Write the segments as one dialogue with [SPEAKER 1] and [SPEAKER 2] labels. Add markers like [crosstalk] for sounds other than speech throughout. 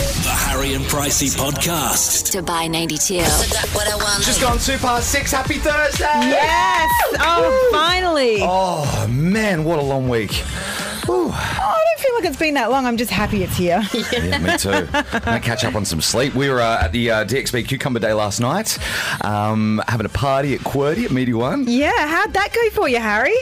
[SPEAKER 1] Carrie and Pricey podcast.
[SPEAKER 2] Dubai 92.
[SPEAKER 3] Just gone two past six. Happy Thursday!
[SPEAKER 4] Yes! Oh, finally!
[SPEAKER 3] Oh man, what a long week. Ooh,
[SPEAKER 4] Oh, I don't feel like it's been that long. I'm just happy it's here.
[SPEAKER 3] yeah, [laughs] me too. I'm gonna catch up on some sleep. We were uh, at the uh, DXB Cucumber Day last night, um, having a party at QWERTY at Meaty One.
[SPEAKER 4] [laughs] Yeah, how'd that go for you, Harry?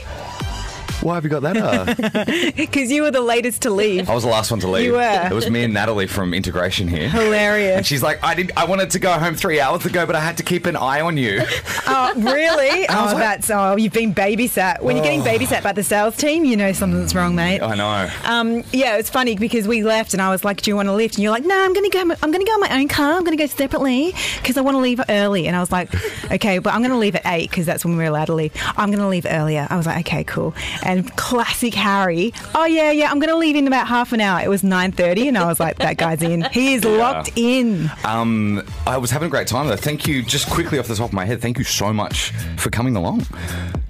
[SPEAKER 3] Why have you got that? [laughs] Uh,
[SPEAKER 4] Because you were the latest to leave.
[SPEAKER 3] I was the last one to leave.
[SPEAKER 4] You were.
[SPEAKER 3] It was me and Natalie from Integration here. And
[SPEAKER 4] Hilarious.
[SPEAKER 3] she's like, I did. I wanted to go home three hours ago, but I had to keep an eye on [laughs] you.
[SPEAKER 4] Oh, [laughs] really?
[SPEAKER 3] I
[SPEAKER 4] Oh,
[SPEAKER 3] was like-
[SPEAKER 4] that's oh, you've been babysat. When you're getting babysat by the sales team, you know something's wrong, mate.
[SPEAKER 3] I know.
[SPEAKER 4] Um, yeah, it's funny because we left and I was like, "Do you want to lift?" And you're like, "No, I'm gonna go. I'm gonna go in my own car. I'm gonna go separately because I want to leave early." And I
[SPEAKER 3] [laughs]
[SPEAKER 4] was like, "Okay, but I'm gonna leave at eight because that's when we're allowed to leave. I'm gonna leave earlier." I was like, "Okay, cool." And classic Harry. Oh yeah, yeah. I'm gonna leave in about half an hour. It was nine thirty, and I was like, "That guy's in. He is locked in."
[SPEAKER 3] Um, I was having a great time though. Thank you. Just quickly off the top of my head, thank you so much for coming along.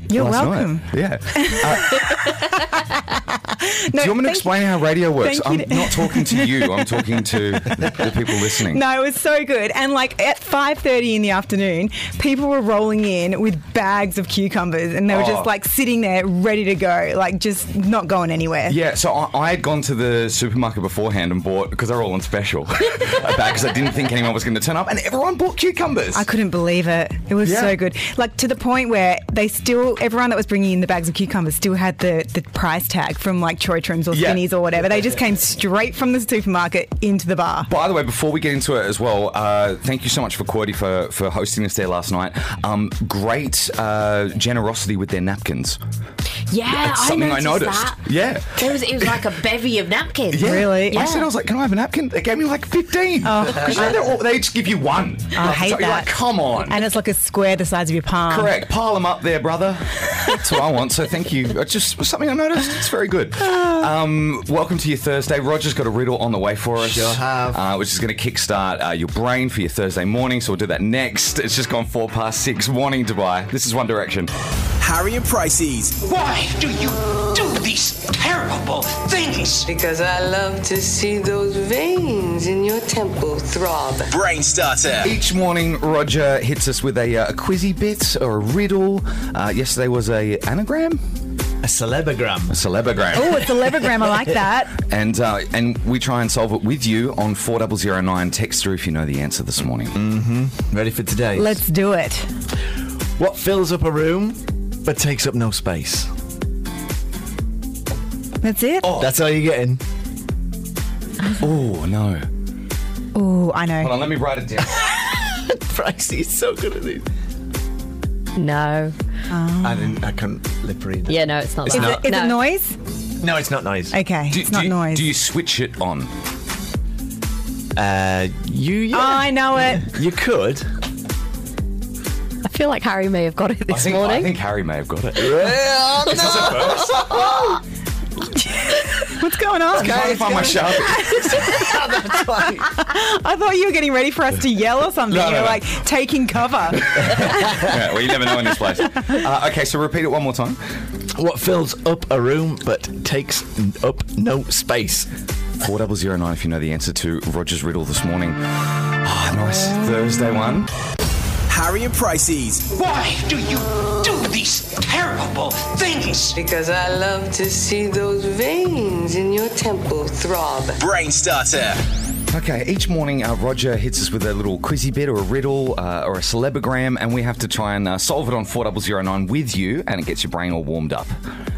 [SPEAKER 4] You're
[SPEAKER 3] Last night.
[SPEAKER 4] welcome.
[SPEAKER 3] Yeah.
[SPEAKER 4] No,
[SPEAKER 3] Do you want me to
[SPEAKER 4] thank-
[SPEAKER 3] explain how radio works? I'm
[SPEAKER 4] thank you.
[SPEAKER 3] not talking to you. I'm talking
[SPEAKER 4] [laughs]
[SPEAKER 3] to the people listening.
[SPEAKER 4] No, it was so good. And like at five thirty in the afternoon, people were rolling in with bags of cucumbers, and they were
[SPEAKER 3] Oh.
[SPEAKER 4] just like sitting there ready to go, like just not going anywhere.
[SPEAKER 3] Yeah, so I, I had gone to the supermarket beforehand and bought because they're all on special [laughs] because I didn't think anyone was going to turn up, and everyone bought cucumbers.
[SPEAKER 4] I couldn't believe it. It was
[SPEAKER 3] Yeah.
[SPEAKER 4] so good. Like to the point where they still, everyone that was bringing in the bags of cucumbers still had the, the price tag from like Troy Trims or
[SPEAKER 3] Yeah.
[SPEAKER 4] Skinnies or whatever. They just came straight from the supermarket into the bar.
[SPEAKER 3] By the way, before we get into it as well, uh, thank you so much for QWERTY for, for hosting us there last night. Um, great uh, generosity with their napkins.
[SPEAKER 2] Yeah,
[SPEAKER 3] That's something I noticed.
[SPEAKER 2] that.
[SPEAKER 3] Yeah.
[SPEAKER 2] There was, it was like a bevy of napkins.
[SPEAKER 3] Yeah.
[SPEAKER 4] Really? Oh,
[SPEAKER 3] I
[SPEAKER 2] Yeah.
[SPEAKER 3] said I was like, "Can I have a napkin?" They gave me like fifteen. [laughs] Because you know, they're all- they each give you one.
[SPEAKER 4] I
[SPEAKER 3] Like,
[SPEAKER 4] hate
[SPEAKER 3] so you're like,
[SPEAKER 4] that.
[SPEAKER 3] Come on.
[SPEAKER 4] And it's like a square the size of your palm.
[SPEAKER 3] Correct. Pile them up there, brother. That's what I want. So thank you. It's just something I noticed. It's very good. Um, welcome to your Thursday. Roger's got a riddle on the way for us.
[SPEAKER 5] Sure have.
[SPEAKER 3] Uh, which is going to kickstart uh, your brain for your Thursday morning. So we'll do that next. It's just gone four past six. Warning, Dubai. This is One Direction.
[SPEAKER 6] Harry and Pricey's
[SPEAKER 7] Why do you do these terrible things?
[SPEAKER 8] Because I love to see those veins in your temple throb.
[SPEAKER 6] Brain Starter.
[SPEAKER 3] Each morning, Roger hits us with a, uh, a quizzy bit or a riddle. Uh, yesterday was a anagram,
[SPEAKER 5] A
[SPEAKER 3] a
[SPEAKER 5] celebogram.
[SPEAKER 3] celebogram.
[SPEAKER 4] Oh, it's a levogram. I like that.
[SPEAKER 3] And uh, and we try and solve it with you on 4009. Text through if you know the answer this morning.
[SPEAKER 5] Ready for today?
[SPEAKER 4] Let's do it.
[SPEAKER 5] What fills up a room but takes up no space?
[SPEAKER 4] That's it. Oh,
[SPEAKER 5] That's all you're getting.
[SPEAKER 3] Oh, no.
[SPEAKER 4] I know.
[SPEAKER 3] Hold on, let me write it down.
[SPEAKER 5] Pricey is so good at these.
[SPEAKER 9] No.
[SPEAKER 5] I didn't. I couldn't lip read. it.
[SPEAKER 9] Yeah, no, it's not
[SPEAKER 5] It's
[SPEAKER 9] that.
[SPEAKER 4] Is,
[SPEAKER 5] not.
[SPEAKER 4] it, is
[SPEAKER 9] no.
[SPEAKER 4] it noise?
[SPEAKER 5] No, it's not noise.
[SPEAKER 4] Okay,
[SPEAKER 3] Do,
[SPEAKER 4] it's not
[SPEAKER 3] do you,
[SPEAKER 4] noise.
[SPEAKER 3] Do you switch it on?
[SPEAKER 5] Uh, you. Yeah,
[SPEAKER 4] Oh, I
[SPEAKER 3] [laughs]
[SPEAKER 4] know it.
[SPEAKER 5] You could.
[SPEAKER 9] I feel like Harry may have got it this
[SPEAKER 3] I think,
[SPEAKER 9] morning.
[SPEAKER 3] I think Harry may have got it.
[SPEAKER 4] What's going on?
[SPEAKER 3] Can I find my
[SPEAKER 10] [laughs]
[SPEAKER 3] sharpie?
[SPEAKER 4] I thought you were getting ready for us to yell or something.
[SPEAKER 3] No, no,
[SPEAKER 4] You're
[SPEAKER 3] no.
[SPEAKER 4] like taking cover.
[SPEAKER 3] [laughs] yeah, well, you never know in this place. Uh, okay, so [laughs] repeat it one more time.
[SPEAKER 5] What fills up a room but takes n- up no space?
[SPEAKER 3] 4009 if you know the answer to Roger's riddle this morning. Ah, nice Thursday one.
[SPEAKER 6] Harry and Pricey's
[SPEAKER 7] Why do you do these terrible things?
[SPEAKER 8] Because I love to see those veins in your temple throb.
[SPEAKER 6] Brain Starter.
[SPEAKER 3] Okay, each morning uh, Roger hits us with a little quizzy bit or a riddle uh, or a celebogram, and we have to try and uh, solve it on 4009 with you, and it gets your brain all warmed up.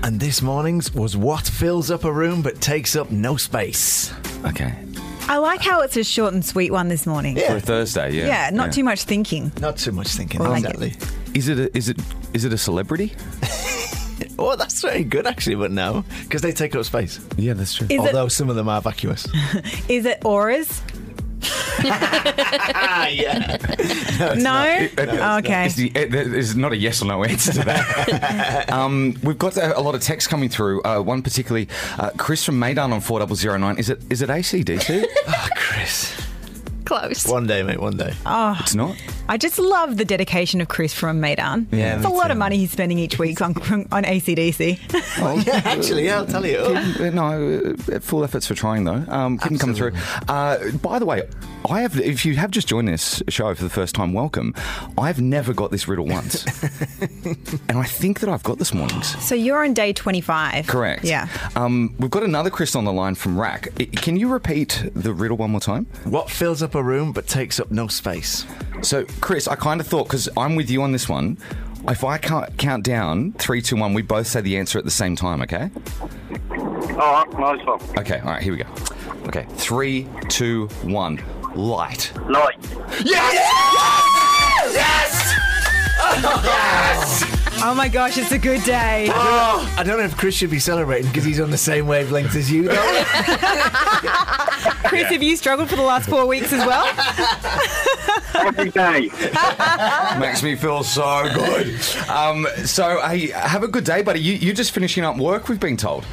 [SPEAKER 5] And this morning's was what fills up a room but takes up no space.
[SPEAKER 3] Okay.
[SPEAKER 4] I like how it's a short and sweet one this morning.
[SPEAKER 3] For a Thursday, yeah.
[SPEAKER 4] Yeah, not too much thinking.
[SPEAKER 5] Not too much thinking.
[SPEAKER 4] I like it.
[SPEAKER 5] exactly.
[SPEAKER 3] Is it, a, is, it, is it a celebrity?
[SPEAKER 5] Oh, that's very good actually, but no, because they take up space.
[SPEAKER 3] Yeah, that's true.
[SPEAKER 4] Is
[SPEAKER 5] Although some of them are vacuous.
[SPEAKER 4] it is it auras?
[SPEAKER 5] ah, yeah.
[SPEAKER 4] No. okay.
[SPEAKER 3] It's, the, it, there's not a yes or no answer to that. um, we've got a, a lot of text coming through. Uh, one particularly, uh, Chris from Maidan on 4009. Is it is it ACDC?
[SPEAKER 5] Chris.
[SPEAKER 9] Close.
[SPEAKER 5] One day, mate, one day.
[SPEAKER 4] Oh.
[SPEAKER 3] it's not.
[SPEAKER 4] I just love the dedication of Chris from Maidan.
[SPEAKER 3] Yeah,
[SPEAKER 4] it's a
[SPEAKER 3] me
[SPEAKER 4] lot
[SPEAKER 3] too.
[SPEAKER 4] of money he's spending each week on on [laughs] ACDC.
[SPEAKER 5] yeah, actually, yeah, I'll tell you.
[SPEAKER 3] Uh, no, uh, full efforts for trying though. Um, couldn't come through. Uh, by the way, I have. If you have just joined this show for the first time, welcome. I've never got this riddle once, and I think that I've got this morning's.
[SPEAKER 4] so you're on day 25.
[SPEAKER 3] Correct.
[SPEAKER 4] Yeah.
[SPEAKER 3] Um, we've got another Chris on the line from Rack. I- Can you repeat the riddle one more time?
[SPEAKER 5] What fills up a room but takes up no space?
[SPEAKER 3] So, Chris, I kind of thought because I'm with you on this one. If I count, count down three, two, one, we both say the answer at the same time. Okay.
[SPEAKER 11] All right, nice one.
[SPEAKER 3] Okay. All right. Here we go. Okay. Three, two, one. Light.
[SPEAKER 11] Light.
[SPEAKER 3] Yes! Yes!
[SPEAKER 4] Oh my gosh, it's a good day.
[SPEAKER 5] I don't know if Chris should be celebrating because he's on the same wavelength as you. Though.
[SPEAKER 4] Chris, have you struggled for the last four weeks as well?
[SPEAKER 3] [laughs]
[SPEAKER 11] Every day.
[SPEAKER 3] Makes me feel so good. Um, so, hey, have a good day, buddy. You, you're just finishing up work, we've been told.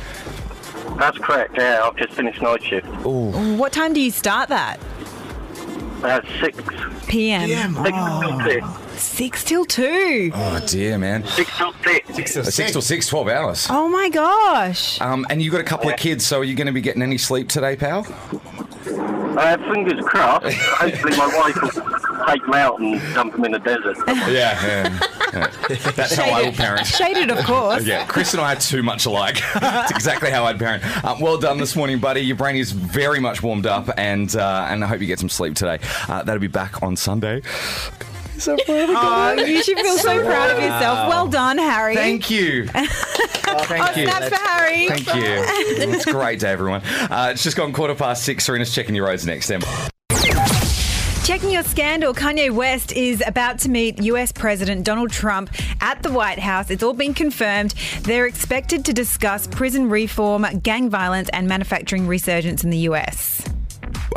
[SPEAKER 11] That's correct, yeah. I've just finished night shift.
[SPEAKER 4] what time do you start that?
[SPEAKER 11] Uh, six. Six
[SPEAKER 4] PM.
[SPEAKER 5] Yeah, man.
[SPEAKER 4] Ah.
[SPEAKER 11] till six.
[SPEAKER 4] Six till two. Oh,
[SPEAKER 3] Oh, dear, man.
[SPEAKER 11] Six till six.
[SPEAKER 5] So
[SPEAKER 3] Six till six, 12 hours.
[SPEAKER 4] Oh my gosh.
[SPEAKER 3] Um, and you got a couple of kids, so are you going to be getting any sleep today, pal?
[SPEAKER 11] Uh, fingers crossed. Hopefully my wife will take them out and dump them in the desert.
[SPEAKER 3] Yeah. [laughs] That's how I will parent.
[SPEAKER 4] Shaded, of course.
[SPEAKER 3] Yeah, Chris and I are too much alike. [laughs] That's exactly how I'd parent. Um, well done this morning, buddy. Your brain is very much warmed up, and uh, and I hope you get some sleep today. Uh, that'll be back on Sunday. So proud of you.
[SPEAKER 4] Oh, [laughs] you should feel so proud of yourself. Well done, Harry.
[SPEAKER 3] Thank you.
[SPEAKER 4] [laughs]
[SPEAKER 3] Oh, Thank you.
[SPEAKER 4] Snaps Oh, for Harry.
[SPEAKER 3] Thank you. It's a great day, everyone. Uh, it's just gone quarter past six. Serena's checking your roads next. Then.
[SPEAKER 4] Checking your scandal, Kanye West is about to meet US President Donald Trump at the White House. It's all been confirmed. They're expected to discuss prison reform, gang violence, and manufacturing resurgence in the US.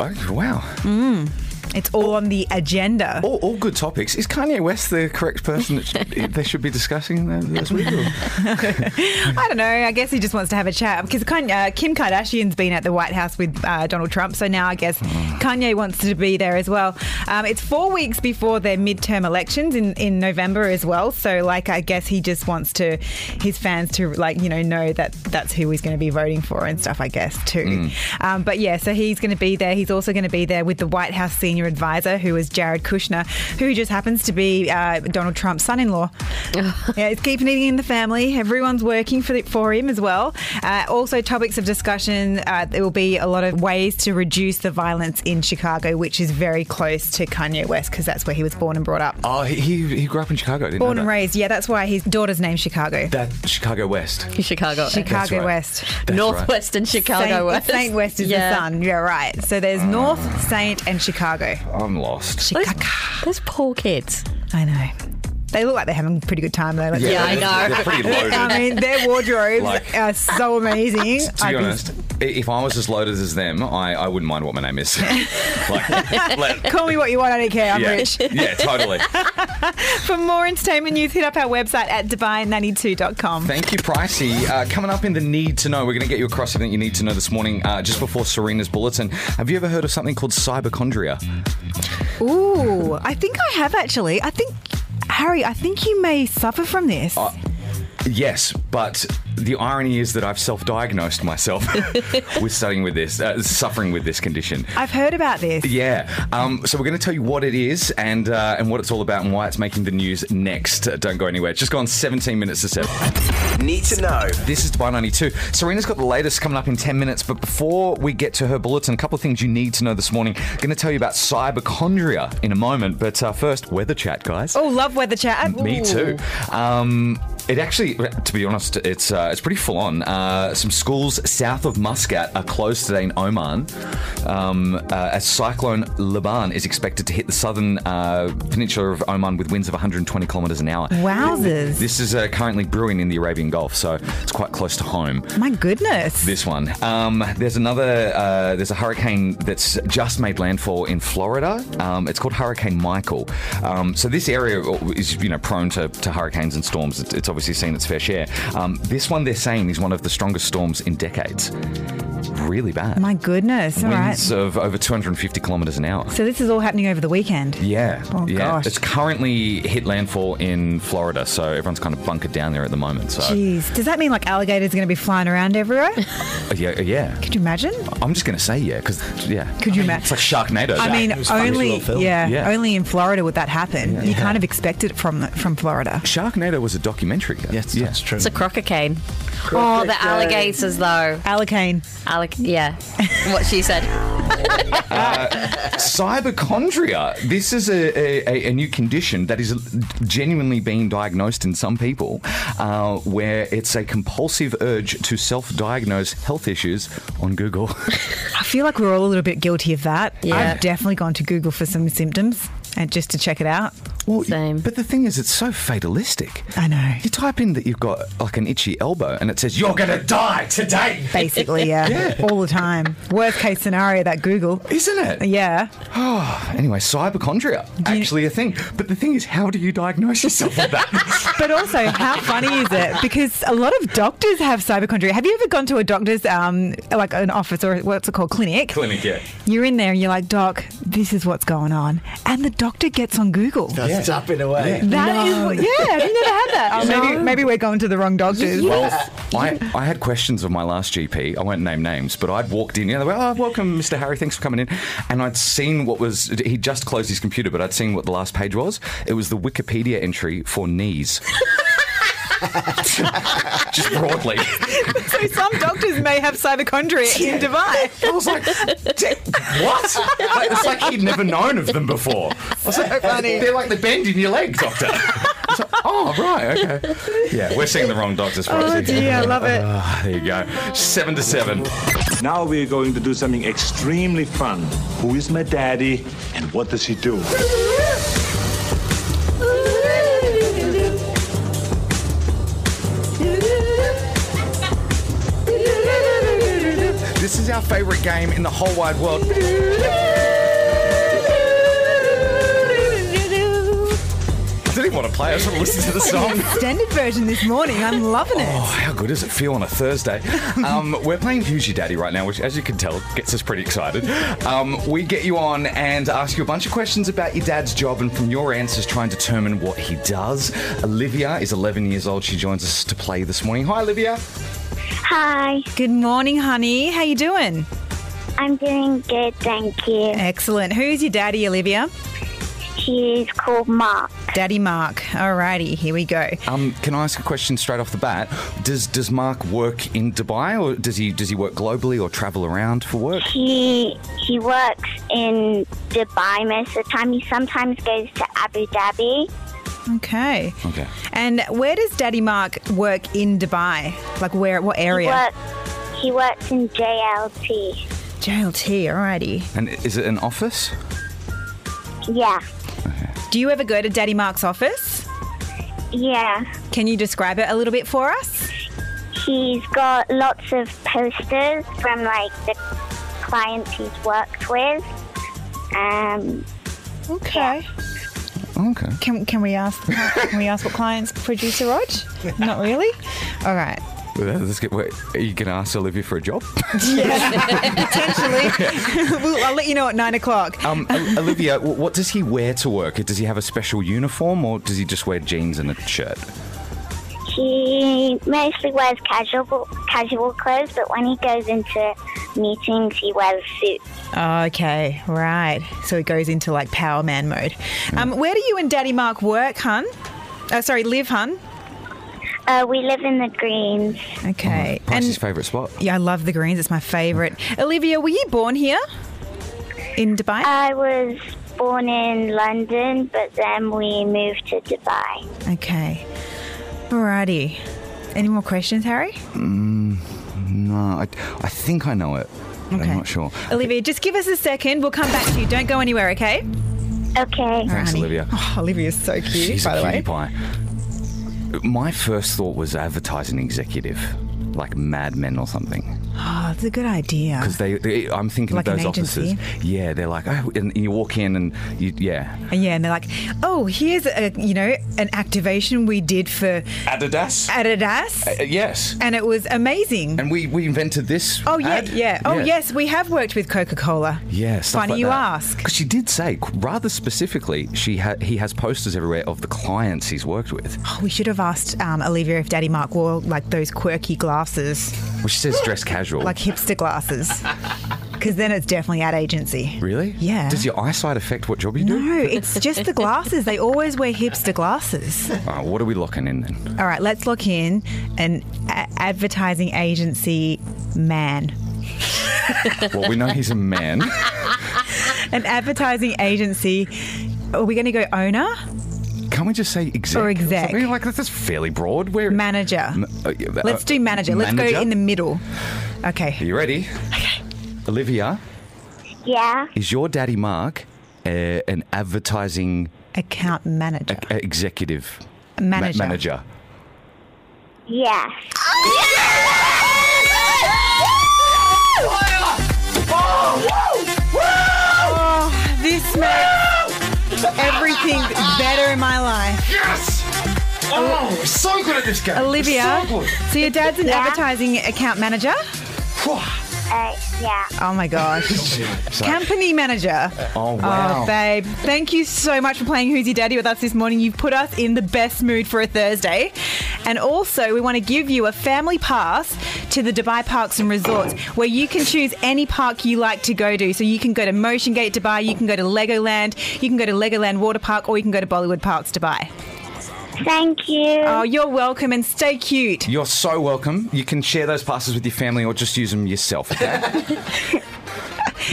[SPEAKER 3] Oh, wow.
[SPEAKER 4] It's all on the agenda.
[SPEAKER 3] All, all good topics. Is Kanye West the correct person that sh- they should be discussing th- this week?
[SPEAKER 4] [laughs]
[SPEAKER 3] or-
[SPEAKER 4] I don't know. I guess he just wants to have a chat because Kan- uh, Kim Kardashian's been at the White House with uh, Donald Trump, so now I guess Kanye wants to be there as well. Um, it's four weeks before their midterm elections in, in November as well, so like I guess he just wants to his fans to like you know know that that's who he's going to be voting for and stuff. I guess too. Um, but yeah, so he's going to be there. He's also going to be there with the White House senior advisor, who is Jared Kushner, who just happens to be uh, Donald Trump's
[SPEAKER 9] [laughs]
[SPEAKER 4] son-in-law. yeah, it's keeping it in the family. Everyone's working for the, for him as well. Uh, also, topics of discussion. Uh, there will be a lot of ways to reduce the violence in Chicago, which is very close to Kanye West because that's where he was born and brought up.
[SPEAKER 3] Oh, he, he, he grew up in Chicago, didn't
[SPEAKER 4] Born
[SPEAKER 3] know
[SPEAKER 4] and
[SPEAKER 3] that.
[SPEAKER 4] raised. Yeah, that's why his daughter's name's Chicago.
[SPEAKER 3] That Chicago West.
[SPEAKER 9] Chicago.
[SPEAKER 4] Chicago
[SPEAKER 3] right.
[SPEAKER 4] West.
[SPEAKER 3] That's
[SPEAKER 9] Northwestern Chicago
[SPEAKER 4] Saint,
[SPEAKER 9] West.
[SPEAKER 4] Saint West is
[SPEAKER 9] Yeah. Ah.
[SPEAKER 4] the sun. Yeah, right. So there's North, Saint, and Chicago.
[SPEAKER 3] right. I'm lost.
[SPEAKER 9] Those,
[SPEAKER 4] Chicago.
[SPEAKER 9] those poor kids.
[SPEAKER 4] I know. They look like they're having a pretty good time though. Like,
[SPEAKER 9] Yeah, I
[SPEAKER 3] they're-
[SPEAKER 9] know.
[SPEAKER 3] They're pretty
[SPEAKER 4] [laughs]
[SPEAKER 3] loaded.
[SPEAKER 4] I mean, their wardrobes
[SPEAKER 3] Like-
[SPEAKER 4] are so amazing.
[SPEAKER 3] [laughs] to be honest, i- if I was as loaded as them, I, I wouldn't mind what my name is. [laughs] like, let-
[SPEAKER 4] Call me what you want, I don't care. I'm
[SPEAKER 3] yeah,
[SPEAKER 4] rich.
[SPEAKER 3] yeah, totally.
[SPEAKER 4] For more entertainment news, hit up our website at dubai92.com.
[SPEAKER 3] Thank you, Pricey. Uh, coming up in the need to know, we're going to get you across everything you need to know this morning, uh, just before Serena's bulletin. Have you ever heard of something called cyberchondria?
[SPEAKER 4] Ooh, I think I have actually. I think, Harry, I think you may suffer from this.
[SPEAKER 3] Uh, Yes, but the irony is that I've self-diagnosed myself [laughs] with studying with this, uh, suffering with this condition.
[SPEAKER 4] I've heard about this.
[SPEAKER 3] Yeah. Um, so we're going to tell you what it is and uh, and what it's all about and why it's making the news next. Uh, don't go anywhere. It's just gone 17 minutes to seven.
[SPEAKER 6] Need to know.
[SPEAKER 3] This is Dubai 92. Serena's got the latest coming up in 10 minutes, but before we get to her bulletin, a couple of things you need to know this morning. going to tell you about cyberchondria in a moment, but uh, first, weather chat, guys.
[SPEAKER 4] Oh, love weather chat.
[SPEAKER 3] Me
[SPEAKER 4] Ooh.
[SPEAKER 3] too. Um, it actually, to be honest, it's uh, it's pretty full on. Uh, some schools south of Muscat are closed today in Oman um, uh, as Cyclone Laban is expected to hit the southern uh, peninsula of Oman with winds of 120 kilometres an hour.
[SPEAKER 4] Wowzers.
[SPEAKER 3] This is uh, currently brewing in the Arabian Gulf, so it's quite close to home.
[SPEAKER 4] My goodness.
[SPEAKER 3] This one. Um, there's another. Uh, there's a hurricane that's just made landfall in Florida. Um, it's called Hurricane Michael. Um, so this area is you know prone to, to hurricanes and storms. It's, it's obviously seen its fair share. Um, this one they're saying is one of the strongest storms in decades. really bad.
[SPEAKER 4] My goodness. All right.
[SPEAKER 3] Winds of over 250 kilometres an hour.
[SPEAKER 4] So this is all happening over the weekend.
[SPEAKER 3] Yeah.
[SPEAKER 4] Oh,
[SPEAKER 3] yeah.
[SPEAKER 4] gosh.
[SPEAKER 3] It's currently hit landfall in Florida, so everyone's kind of bunkered down there at the moment. So
[SPEAKER 4] Jeez. Does that mean like alligators are going to be flying
[SPEAKER 3] [laughs]
[SPEAKER 4] around everywhere?
[SPEAKER 3] yeah, yeah.
[SPEAKER 4] Could you imagine?
[SPEAKER 3] I'm just going to say yeah because yeah.
[SPEAKER 4] Could you imagine?
[SPEAKER 3] It's like Sharknado.
[SPEAKER 4] I mean,
[SPEAKER 5] It was funny
[SPEAKER 4] only
[SPEAKER 5] little film.
[SPEAKER 4] yeah,
[SPEAKER 3] Yeah.
[SPEAKER 4] only in Florida would that happen. You kind of expect it from from Florida.
[SPEAKER 3] Sharknado was a documentary. though.
[SPEAKER 5] Yes,
[SPEAKER 3] yeah.
[SPEAKER 5] that's true.
[SPEAKER 9] It's a crococane. Oh, the alligators, though.
[SPEAKER 4] Alicane.
[SPEAKER 9] Allic-
[SPEAKER 3] [laughs]
[SPEAKER 9] yeah, what she said.
[SPEAKER 3] Cyberchondria. This is a, a, a- a new condition that is genuinely being diagnosed in some people, uh, where it's a compulsive urge to self-diagnose health issues on Google.
[SPEAKER 4] I feel like we're all a little bit guilty of that.
[SPEAKER 9] Yeah.
[SPEAKER 4] I've definitely gone to Google for some symptoms and just to check it out.
[SPEAKER 3] Well,
[SPEAKER 9] Same.
[SPEAKER 3] But the thing is, it's so fatalistic.
[SPEAKER 4] I know.
[SPEAKER 3] You type in that you've got like an itchy elbow, and it says you're going to die today.
[SPEAKER 4] Basically, yeah, all the time. Worst case scenario that Google.
[SPEAKER 3] Isn't it?
[SPEAKER 4] Yeah,
[SPEAKER 3] Anyway, cyberchondria actually a thing. But the thing is, how do you diagnose yourself with
[SPEAKER 4] [laughs]
[SPEAKER 3] that?
[SPEAKER 4] but also how funny is it? Because a lot of doctors have cyberchondria. Have you ever gone to a doctor's, um, like an office or what's it called, clinic?
[SPEAKER 3] Clinic, yeah.
[SPEAKER 4] You're in there and you're like, Doc, this is what's going on, and the doctor gets on Google. That
[SPEAKER 5] That's tapping away.
[SPEAKER 4] is, what, yeah, I've never had that. [laughs] Maybe, maybe we're going to the wrong doctors.
[SPEAKER 3] Well, I, I had questions of my last GP. I won't name names, but I'd walked in, you know, they were, oh, welcome, Mr. Harry, thanks for coming in. And I'd seen what was, he'd just closed his computer, but I'd seen what the last page was. It was the Wikipedia entry for knees. just broadly.
[SPEAKER 4] [laughs] So some doctors may have cyberchondria in Dubai.
[SPEAKER 3] I was like, "D- what? Like, it's like he'd never known of them before. I was like, they're like the bend in your leg, doctor. I was like, oh, right, okay. Yeah, we're seeing the wrong doctors for
[SPEAKER 4] [laughs] Oh
[SPEAKER 3] us.
[SPEAKER 4] dear, I love it. [laughs]
[SPEAKER 3] Ah, there you go. Seven to seven.
[SPEAKER 12] Now we're going to do something extremely fun. Who is my daddy and what does he do?
[SPEAKER 3] This is our favourite game in the whole wide world. Didn't even want to play. I just want to listen to the song.
[SPEAKER 4] Standard version this morning. I'm loving
[SPEAKER 3] Oh,
[SPEAKER 4] it.
[SPEAKER 3] how good does it feel on a Thursday? Um, we're playing Who's Your Daddy right now, which, as you can tell, gets us pretty excited. Um, we get you on and ask you a bunch of questions about your dad's job, and from your answers, try and determine what he does. Olivia is 11 years old. She joins us to play this morning. Hi, Olivia.
[SPEAKER 10] Hi,
[SPEAKER 4] Good morning, honey. How you doing?
[SPEAKER 10] I'm doing good, thank you.
[SPEAKER 4] Excellent. Who's your daddy, Olivia?
[SPEAKER 10] She is called Mark.
[SPEAKER 4] Daddy Mark. Alrighty, here we go.
[SPEAKER 3] Um, can I ask a question straight off the bat? Does Does Mark work in Dubai, or does he does he work globally, or travel around for work?
[SPEAKER 10] He he works in Dubai most of the time. He sometimes goes to Abu Dhabi.
[SPEAKER 4] Okay.
[SPEAKER 3] Okay.
[SPEAKER 4] And where does Daddy Mark work in Dubai? Like where? What
[SPEAKER 10] He
[SPEAKER 4] area?
[SPEAKER 10] works he works in JLT.
[SPEAKER 4] JLT. Alrighty.
[SPEAKER 3] And is it an office?
[SPEAKER 10] Yeah,
[SPEAKER 4] Do you ever go to Daddy Mark's office?
[SPEAKER 10] yeah.
[SPEAKER 4] Can you describe it a little bit for us?
[SPEAKER 10] He's got lots of posters from like the clients he's worked with. Um,
[SPEAKER 4] Okay.
[SPEAKER 3] Okay.
[SPEAKER 4] Can, can we ask? Can we ask what clients producer Rog? Not really. All right.
[SPEAKER 3] Well, Let's get. Wait, are you going to ask Olivia for a job?
[SPEAKER 4] Potentially. [laughs] We'll- I'll let you know at nine o'clock.
[SPEAKER 3] Um, O- Olivia, w- what does he wear to work? Does he have a special uniform, or does he just wear jeans and a shirt?
[SPEAKER 10] he mostly wears casual casual clothes, but when he goes into meetings, he wears suits.
[SPEAKER 4] Okay, right. So it goes into like power man mode. Um, where do you and Daddy Mark work, hun? Uh, sorry, live, hun.
[SPEAKER 10] Uh, we live in the greens.
[SPEAKER 4] Okay.
[SPEAKER 3] Price's favourite spot.
[SPEAKER 4] yeah, I love the greens. It's my favourite. Olivia, were you born here in Dubai?
[SPEAKER 10] I was born in London, but then we moved to Dubai.
[SPEAKER 4] okay. Alrighty. Any more questions, Harry?
[SPEAKER 3] No, I, I think I know it. but
[SPEAKER 4] Okay.
[SPEAKER 3] I'm not sure.
[SPEAKER 4] Olivia, just give us a second. We'll come back to you. Don't go anywhere, okay?
[SPEAKER 10] Okay.
[SPEAKER 3] Thanks,
[SPEAKER 4] Honey.
[SPEAKER 3] Olivia.
[SPEAKER 4] Oh, Olivia's so cute,
[SPEAKER 3] She's
[SPEAKER 4] by
[SPEAKER 3] a
[SPEAKER 4] the
[SPEAKER 3] cutie
[SPEAKER 4] way.
[SPEAKER 3] pie. My first thought was advertising executive, like Mad Men or something.
[SPEAKER 4] Oh, that's a good idea.
[SPEAKER 3] Because they, they- I'm thinking
[SPEAKER 4] Like
[SPEAKER 3] of
[SPEAKER 4] an
[SPEAKER 3] those offices.
[SPEAKER 4] agency?
[SPEAKER 3] Yeah, they're like, oh, and you walk in and you, yeah,
[SPEAKER 4] And yeah, and they're like, oh, here's a you know an activation we did for
[SPEAKER 3] Adidas.
[SPEAKER 4] Adidas,
[SPEAKER 3] Uh, yes.
[SPEAKER 4] and it was amazing.
[SPEAKER 3] And we we invented this.
[SPEAKER 4] Oh yeah,
[SPEAKER 3] ad.
[SPEAKER 4] yeah. Oh yes, we have worked with Coca Cola.
[SPEAKER 3] Yeah, stuff
[SPEAKER 4] Funny
[SPEAKER 3] like
[SPEAKER 4] you
[SPEAKER 3] that.
[SPEAKER 4] ask.
[SPEAKER 3] Because she did say, rather specifically, she ha- he has posters everywhere of the clients he's worked with.
[SPEAKER 4] Oh, we should have asked um, Olivia if Daddy Mark wore like those quirky glasses,
[SPEAKER 3] Well, she
[SPEAKER 4] [gasps]
[SPEAKER 3] says dress casual.
[SPEAKER 4] like
[SPEAKER 3] [laughs]
[SPEAKER 4] hipster glasses, because then it's definitely ad agency.
[SPEAKER 3] really?
[SPEAKER 4] Yeah.
[SPEAKER 3] Does your eyesight affect what job you do?
[SPEAKER 4] No, it's just the glasses. They always wear hipster glasses.
[SPEAKER 3] Oh, what are we locking in then?
[SPEAKER 4] All right, let's look in an a- advertising agency man.
[SPEAKER 3] Well, we know he's a
[SPEAKER 4] [laughs]
[SPEAKER 3] man.
[SPEAKER 4] an advertising agency. Are we going to go owner?
[SPEAKER 3] Can't we just say exec?
[SPEAKER 4] Or exec.
[SPEAKER 3] Something like that's fairly broad. Where uh,
[SPEAKER 4] Manager. Let's do manager. Let's go in the middle. Okay.
[SPEAKER 3] Are you ready? Olivia,
[SPEAKER 10] Yeah.
[SPEAKER 3] is your daddy Mark uh, an advertising
[SPEAKER 4] Account manager.
[SPEAKER 3] e- executive ma-
[SPEAKER 4] Manager.
[SPEAKER 3] manager?
[SPEAKER 10] Yes.
[SPEAKER 4] Oh, this makes everything better in my life.
[SPEAKER 3] Yes! Oh, so good at this game.
[SPEAKER 4] Olivia,
[SPEAKER 3] So
[SPEAKER 4] so,
[SPEAKER 3] good.
[SPEAKER 4] your dad's an
[SPEAKER 10] Yeah.
[SPEAKER 4] advertising account manager?
[SPEAKER 10] Uh, yeah.
[SPEAKER 4] Oh
[SPEAKER 3] [laughs]
[SPEAKER 4] my gosh. Company manager.
[SPEAKER 3] Oh, wow.
[SPEAKER 4] Oh, babe. Thank you so much for playing Who's Your Daddy with us this morning. You've put us in the best mood for a Thursday. And also, we want to give you a family pass to the Dubai Parks and Resorts where you can choose any park you like to go to. So you can go to Motion Gate Dubai, you can go to Legoland, you can go to Legoland Water Park, or you can go to Bollywood Parks Dubai.
[SPEAKER 10] Thank you.
[SPEAKER 4] Oh, you're welcome and stay
[SPEAKER 3] [laughs]
[SPEAKER 4] cute.
[SPEAKER 3] You're so welcome. You can share those passes with your family or just use them yourself.
[SPEAKER 4] [laughs]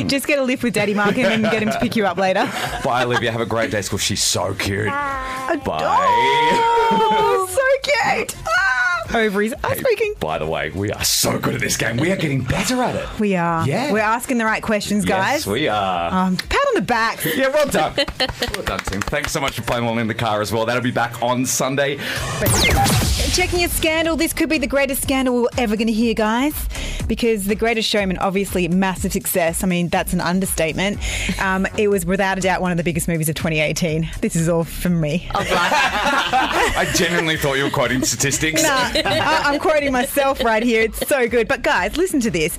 [SPEAKER 4] Just get a lift with Daddy Mark and then get him to pick you up later.
[SPEAKER 3] Bye, Olivia. Have a great day at school. She's so cute. Bye.
[SPEAKER 4] Oh, so cute. Ah, ovaries are speaking.
[SPEAKER 3] By the way, we are so good at this game. We are getting better at it.
[SPEAKER 4] We are.
[SPEAKER 3] Yeah.
[SPEAKER 4] We're asking the right questions, guys.
[SPEAKER 3] Yes, we are.
[SPEAKER 4] um, pat on the back.
[SPEAKER 3] Yeah, well
[SPEAKER 4] [laughs]
[SPEAKER 3] done. well done, Tim. Thanks so much for playing along in the car as well. That'll be back on Sunday. [laughs]
[SPEAKER 4] Checking your scandal. This could be the greatest scandal we're ever going to hear, guys. Because The Greatest Showman, obviously, massive success. I mean, that's an understatement. Um, it was without a doubt one of the biggest movies of 2018. This is all from me.
[SPEAKER 3] I genuinely thought you were quoting statistics.
[SPEAKER 4] I, uh, I'm quoting myself right here. It's so good. But guys, listen to this.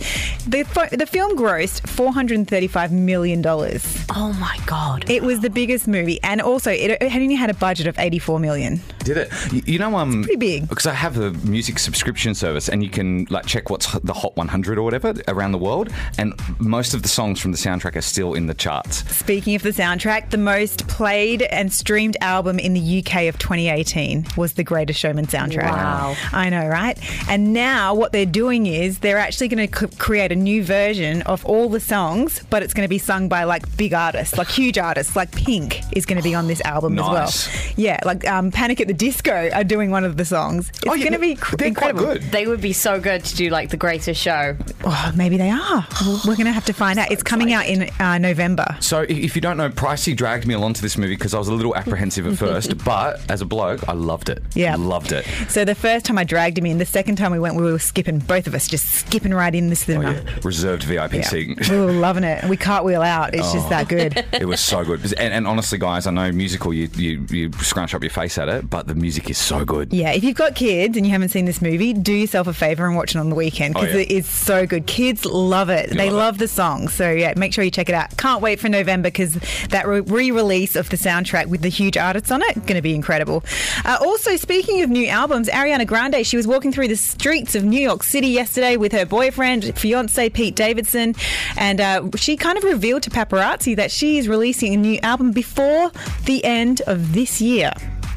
[SPEAKER 4] The, fo- the film grossed 435 million dollars.
[SPEAKER 2] Oh my god.
[SPEAKER 4] It was the biggest movie, and also it, it had only had a budget of 84 million.
[SPEAKER 3] Did it? You, you know, um,
[SPEAKER 4] pretty big.
[SPEAKER 3] Because I have the music subscription service, and you can like check what's h- the Hot 100 or whatever around the world, and most of the songs from the soundtrack are still in the charts.
[SPEAKER 4] Speaking of the soundtrack, the most played and streamed album in the UK of 2018 was the Greatest Showman soundtrack.
[SPEAKER 2] Wow.
[SPEAKER 4] I know, right? And now what they're doing is they're actually going to c- create a new version of all the songs, but it's going to be sung by like big artists, like huge artists, like Pink is going to be on this album
[SPEAKER 3] Nice.
[SPEAKER 4] as well. Yeah, like um, Panic at the Disco are doing one of the songs. It's
[SPEAKER 3] Oh, yeah,
[SPEAKER 4] going to be
[SPEAKER 3] they're
[SPEAKER 4] cr-
[SPEAKER 3] quite
[SPEAKER 4] incredible.
[SPEAKER 3] good.
[SPEAKER 9] They would be so good to do like the greatest show.
[SPEAKER 4] Oh, maybe they are. Well, We're going to have to find out. It's coming out in uh, November.
[SPEAKER 3] So, i- if you don't know, Pricey dragged me along to this movie because I was a little apprehensive
[SPEAKER 4] [laughs]
[SPEAKER 3] at first, but as a bloke, I loved it.
[SPEAKER 4] Yeah.
[SPEAKER 3] loved it.
[SPEAKER 4] So the first time I dragged him in, the second time we went, we were skipping, both of us just skipping right in the
[SPEAKER 3] Oh,
[SPEAKER 4] cinema.
[SPEAKER 3] yeah. Reserved VIP seat.
[SPEAKER 4] We were loving it. We cartwheel out. It's just
[SPEAKER 3] Oh.
[SPEAKER 4] that good.
[SPEAKER 3] It was so good. And, and honestly, guys, I know musical, you, you, you scrunch up your face at it, but the music is so good.
[SPEAKER 4] Yeah, if you've got kids and you haven't seen this movie, do yourself a favor and watch it on the weekend
[SPEAKER 3] Oh,
[SPEAKER 4] because
[SPEAKER 3] yeah.
[SPEAKER 4] it is so good. Kids love it. they
[SPEAKER 3] love it.
[SPEAKER 4] love the song. So, yeah, make sure you check it out. Can't wait for November because that re release of the soundtrack with the huge artists on it going to be incredible. Uh, also, speaking of new albums, Ariana Grande, she was walking through the streets of New York City yesterday with her boyfriend, fiance Pete Davidson, and uh, she kind of revealed to paparazzi that she is releasing a new album before the end of this year.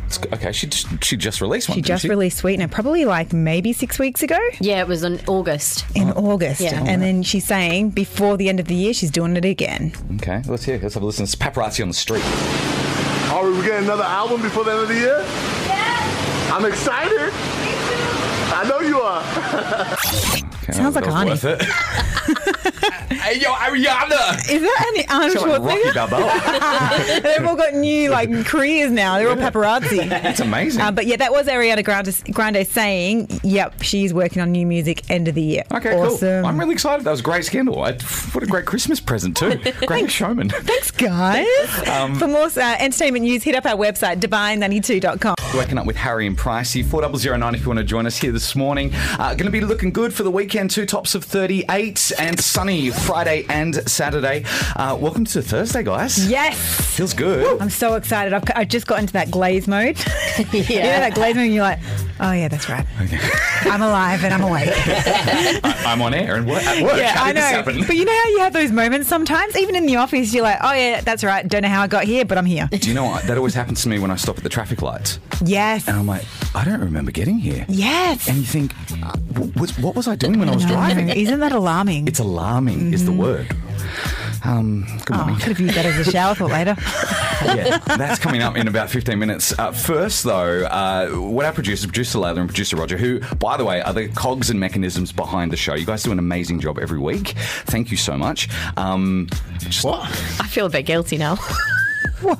[SPEAKER 3] It's g- okay, she just, she just released one.
[SPEAKER 4] She
[SPEAKER 3] didn't
[SPEAKER 4] just released Sweetener probably like maybe six weeks ago
[SPEAKER 2] Yeah, it was in August.
[SPEAKER 4] in August.
[SPEAKER 2] Yeah.
[SPEAKER 4] And then she's saying before the end of the year, she's doing it again.
[SPEAKER 3] Okay, let's hear. it. Let's have a listen. It's paparazzi on the street.
[SPEAKER 13] Are we getting another album before the end of the year? I'm excited. I know you
[SPEAKER 4] sure.
[SPEAKER 3] Okay,
[SPEAKER 4] Sounds
[SPEAKER 3] that
[SPEAKER 4] like
[SPEAKER 3] was worth
[SPEAKER 4] Arnie.
[SPEAKER 3] it. [laughs] hey, yo, Ariana!
[SPEAKER 4] Is that any Arnold
[SPEAKER 3] Sound like Rocky
[SPEAKER 4] Schwarzenegger?
[SPEAKER 3] Balboa.
[SPEAKER 4] They've all got new like careers now. They're all paparazzi.
[SPEAKER 3] [laughs] That's amazing.
[SPEAKER 4] Uh, but yeah, that was Ariana Grande, Grande saying, "Yep, she's working on new music end of the year."
[SPEAKER 3] Okay,
[SPEAKER 4] awesome.
[SPEAKER 3] cool. I'm really excited. That was a great scandal. I, what a great Christmas present,
[SPEAKER 4] [laughs]
[SPEAKER 3] too. Great showman.
[SPEAKER 4] Thanks, guys.
[SPEAKER 3] Um,
[SPEAKER 4] For more uh, entertainment news, hit up our website, divine92.com.
[SPEAKER 3] Waking up with Harry and Pricey, 4009 if you want to join us here this morning. Uh, going to be looking good for the weekend, two tops of 38 and sunny Friday and Saturday. Uh, welcome to Thursday, guys.
[SPEAKER 4] Yes.
[SPEAKER 3] Feels good.
[SPEAKER 4] I'm so excited. I've, I just got into that glaze mode. [laughs] yeah. You know that glaze mode, and you're like, oh, yeah, that's right. I'm alive and I'm awake.
[SPEAKER 3] [laughs] I, am on air and work, at work.
[SPEAKER 4] yeah,
[SPEAKER 3] How
[SPEAKER 4] I
[SPEAKER 3] did
[SPEAKER 4] know.
[SPEAKER 3] This happen?
[SPEAKER 4] But you know how you have those moments sometimes, even in the office, you're like, oh, yeah, that's right. Don't know how I got here, but I'm [laughs] here.
[SPEAKER 3] Do you know what? That always happens to me when I stop at the traffic lights.
[SPEAKER 4] Yes.
[SPEAKER 3] And I'm like, I don't remember getting here.
[SPEAKER 4] Yes. [laughs]
[SPEAKER 3] And you think, what was, what was I doing when I was
[SPEAKER 4] No, [laughs]
[SPEAKER 3] driving?
[SPEAKER 4] Isn't that alarming?
[SPEAKER 3] It's alarming, is the word. Um, good
[SPEAKER 4] Oh,
[SPEAKER 3] morning.
[SPEAKER 4] could have used that as a shower thought [laughs] later.
[SPEAKER 3] [laughs] yeah, that's coming up in about 15 minutes. Uh, first, though, uh, what our producers, producer Layla and producer Roger, who, by the way, are the cogs and mechanisms behind the show. You guys do an amazing job every week. Thank you so much. Um, just-
[SPEAKER 9] I feel a bit guilty now.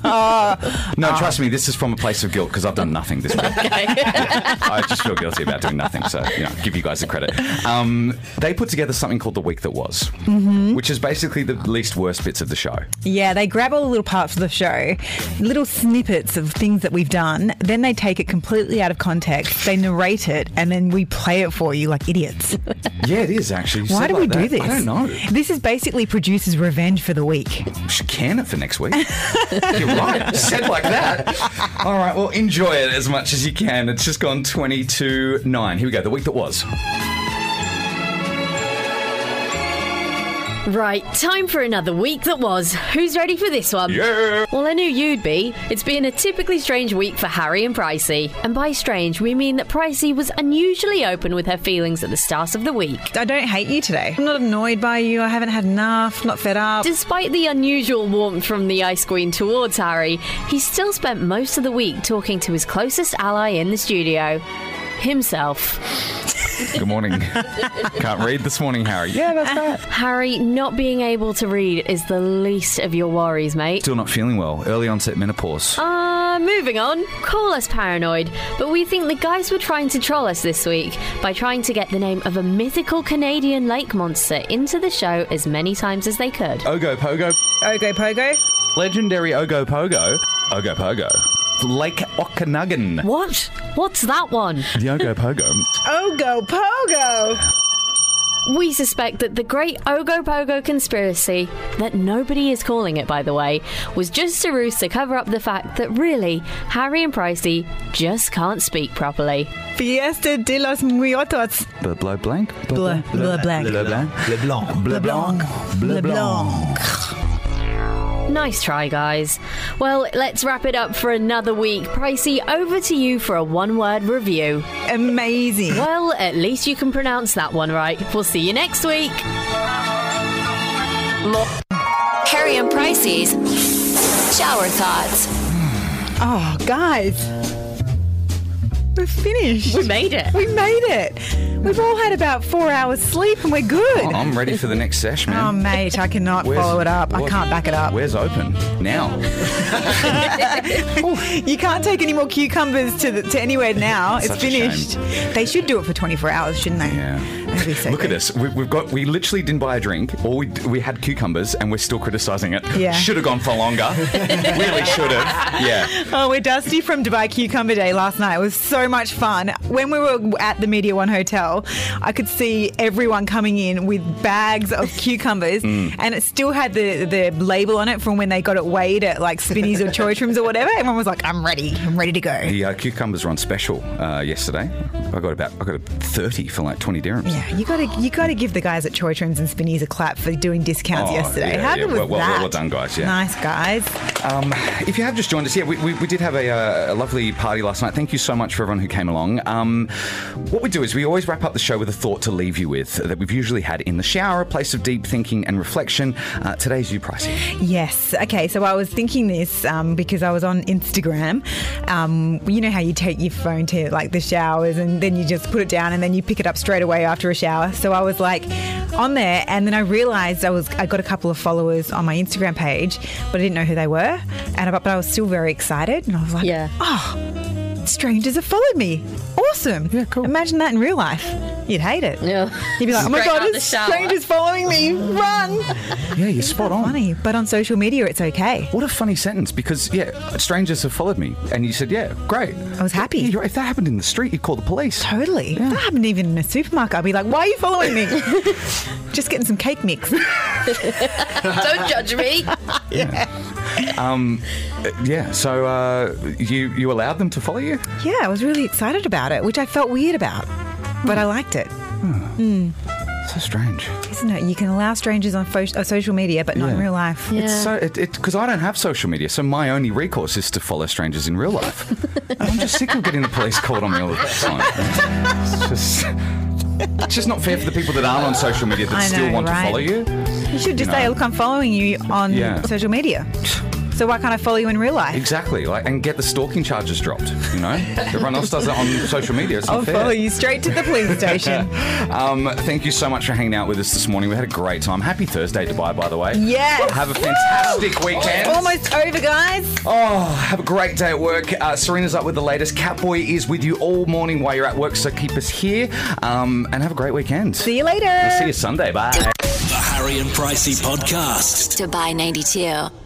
[SPEAKER 3] No, trust me, this is from a place of guilt because I've done nothing this week. [laughs] I just feel guilty about doing nothing, so you know, give you guys the credit. Um, they put together something called the week that was,
[SPEAKER 4] Mhm.
[SPEAKER 3] which is basically the least worst bits of the show.
[SPEAKER 4] Yeah, they grab all the little parts of the show, little snippets of things that we've done, then they take it completely out of context, they narrate it, and then we play it for you like idiots.
[SPEAKER 3] Yeah, it is actually. You
[SPEAKER 4] Why
[SPEAKER 3] said
[SPEAKER 4] do we
[SPEAKER 3] like
[SPEAKER 4] do
[SPEAKER 3] that.
[SPEAKER 4] this?
[SPEAKER 3] I don't know.
[SPEAKER 4] This is basically producers' revenge for the week.
[SPEAKER 3] Should can it for next week. [laughs] You're right. Said like that. All right. Well, enjoy it as much as you can. It's just gone twenty-two nine. Here we go. The week that was.
[SPEAKER 2] [laughs] Right, time for another week that was. Who's ready for this one?
[SPEAKER 3] Yeah.
[SPEAKER 2] Well, I knew you'd be. It's been a typically strange week for Harry and Pricey. And by strange, we mean that Pricey was unusually open with her feelings at the start of the week.
[SPEAKER 4] I don't hate you today. I'm not annoyed by you. I haven't had enough. Not fed up.
[SPEAKER 2] Despite the unusual warmth from the Ice Queen towards Harry, he still spent most of the week talking to his closest ally in the studio himself.
[SPEAKER 3] Good morning. [laughs] Can't read this morning, Harry. Yeah. that's right.
[SPEAKER 2] Uh, Harry, not being able to read is the least of your worries, mate.
[SPEAKER 3] Still not feeling well. Early onset menopause.
[SPEAKER 2] Uh, moving on. Call us paranoid, but we think the guys were trying to troll us this week by trying to get the name of a mythical Canadian lake monster into the show as many times as they could.
[SPEAKER 3] Ogo Pogo.
[SPEAKER 4] Ogo Oh, Pogo.
[SPEAKER 3] Legendary Ogo Pogo. Ogo Pogo. Lake Okanagan.
[SPEAKER 2] What? What's that one?
[SPEAKER 3] The Ogo Pogo.
[SPEAKER 4] Ogo Oh, Pogo!
[SPEAKER 2] We suspect that the great Ogopogo conspiracy, that nobody is calling it by the way, was just a ruse to cover up the fact that really, Harry and Pricey just can't speak properly.
[SPEAKER 4] Fiesta de los Muertos.
[SPEAKER 3] Blah blah blank.
[SPEAKER 4] Blah, blah, blank.
[SPEAKER 3] Blah blank. Blah blanc. Blah blanc. Blah blanc.
[SPEAKER 2] Nice try, guys. Well, let's wrap it up for another week. Pricey, over to you for a one word review.
[SPEAKER 4] Amazing.
[SPEAKER 2] Well, at least you can pronounce that one right. We'll see you next week.
[SPEAKER 14] Harry and Pricey's shower thoughts.
[SPEAKER 4] Oh, guys. We're finished. We
[SPEAKER 2] made it.
[SPEAKER 4] We made it. We've all had about four hours sleep and we're good.
[SPEAKER 3] I'm ready for the next sesh, Oh, man.
[SPEAKER 4] Oh, mate, I cannot
[SPEAKER 3] Where's-
[SPEAKER 4] follow it up. I
[SPEAKER 3] what-
[SPEAKER 4] can't back it [laughs] up.
[SPEAKER 3] Where's open now? Oh.
[SPEAKER 4] you can't take any more cucumbers to, the, to anywhere now. It's
[SPEAKER 3] Such a
[SPEAKER 4] finished. They should do it for 24 hours, shouldn't they?
[SPEAKER 3] Yeah.
[SPEAKER 4] That'd be so
[SPEAKER 3] Look at us. We, we've got. We literally didn't buy a drink. All we we had cucumbers, and we're still criticising it.
[SPEAKER 4] Yeah.
[SPEAKER 3] Should have gone for
[SPEAKER 4] [laughs]
[SPEAKER 3] longer. really should have. Yeah.
[SPEAKER 4] Oh, we're Dusty from Dubai Cucumber Day last night. It was so much fun. When we were at the Media One Hotel, I could see everyone coming in with bags of
[SPEAKER 3] [laughs]
[SPEAKER 4] cucumbers,
[SPEAKER 3] Hmm.
[SPEAKER 15] Mm.
[SPEAKER 4] and it still had the, the label on it from when they got it weighed at like Spinneys or Choi Trims or whatever. Everyone was like, I'm ready. I'm ready to go.
[SPEAKER 3] The uh, cucumbers were on special uh, yesterday. I got about I got a thirty for like twenty dirhams.
[SPEAKER 4] Yeah, you gotta you gotta give the guys at Choi Trims and Spinneys a clap for doing discounts
[SPEAKER 3] Oh,
[SPEAKER 4] yesterday.
[SPEAKER 3] yeah,
[SPEAKER 4] How
[SPEAKER 3] yeah.
[SPEAKER 4] good was
[SPEAKER 3] well, well,
[SPEAKER 4] that?
[SPEAKER 3] well done, guys. Yeah.
[SPEAKER 4] Nice guys.
[SPEAKER 3] Um, if you have just joined us, yeah, we, we, we did have a, uh, a lovely party last night. Thank you so much for everyone who came along. Um, what we do is we always wrap up the show with a thought to leave you with that we've usually had in the shower, a place of deep thinking and reflection. Uh, today's you,
[SPEAKER 4] [laughs]
[SPEAKER 3] Pricey.
[SPEAKER 4] Yes. Okay. So I was thinking this um, because I was on Instagram. Um, you know how you take your phone to like the showers and then you just put it down and then you pick it up straight away after a shower. So I was like on there, and then I realised I was I got a couple of followers on my Instagram page, but I didn't know who they were, and I, but I was still very excited, and I was like, yeah. oh. Strangers have followed me. Awesome. Yeah, cool. Imagine that in real life. You'd hate it. Yeah. You'd be like, oh my
[SPEAKER 9] Straight
[SPEAKER 4] god,
[SPEAKER 9] out
[SPEAKER 4] it's
[SPEAKER 9] the shower."
[SPEAKER 4] strangers following me. Run.
[SPEAKER 3] Yeah, you're spot on.
[SPEAKER 4] Funny, but on social media, it's okay.
[SPEAKER 3] What a funny sentence because, yeah, strangers have followed me. And you said, yeah, great. I
[SPEAKER 4] was happy.
[SPEAKER 3] if that happened in the street, you'd call the police.
[SPEAKER 4] Totally. If that happened even in a supermarket, I'd be like, why are you
[SPEAKER 3] [laughs]
[SPEAKER 4] following me? Just getting some cake mix.
[SPEAKER 2] Don't
[SPEAKER 14] [laughs]
[SPEAKER 2] judge me.
[SPEAKER 3] Yeah. um, yeah, so uh, you, you allowed them to follow you?
[SPEAKER 4] Yeah, I was really excited about it, which I felt weird about, but
[SPEAKER 3] Hmm.
[SPEAKER 4] I liked it. Mm.
[SPEAKER 3] So strange.
[SPEAKER 4] Isn't it? You can allow strangers on fo- uh, social media, but not in
[SPEAKER 3] Yeah.
[SPEAKER 4] real life.
[SPEAKER 3] It's so it because I don't have social media, so my only recourse is to follow strangers in real life. I'm just sick of getting the police called on me all the time. It's just, it's just not fair for the people that aren't on social media that
[SPEAKER 4] I
[SPEAKER 3] still
[SPEAKER 4] know,
[SPEAKER 3] want
[SPEAKER 4] right?
[SPEAKER 3] to follow you.
[SPEAKER 4] You should just
[SPEAKER 3] know.
[SPEAKER 4] say, look, I'm following you on
[SPEAKER 3] Yeah.
[SPEAKER 4] social media. So why can't I follow you in real life?
[SPEAKER 3] Exactly, like and get the stalking charges dropped. You know, everyone else does it on social media. It's not
[SPEAKER 4] I'll
[SPEAKER 3] fair.
[SPEAKER 4] follow you straight to the police
[SPEAKER 3] [laughs]
[SPEAKER 4] station.
[SPEAKER 3] um, thank you so much for hanging out with us this morning. We had a great time. Happy Thursday, Dubai, by the way.
[SPEAKER 4] Yes. Oh
[SPEAKER 3] Have a fantastic weekend.
[SPEAKER 4] Almost over, guys.
[SPEAKER 3] Oh, have a great day at work. Uh, Serena's up with the latest. Catboy is with you all morning while you're at work, so keep us here. Um, and have a great weekend. See
[SPEAKER 4] you later.
[SPEAKER 3] see you Sunday. Bye.
[SPEAKER 1] The Harry and Pricey Podcast.
[SPEAKER 14] Dubai 92.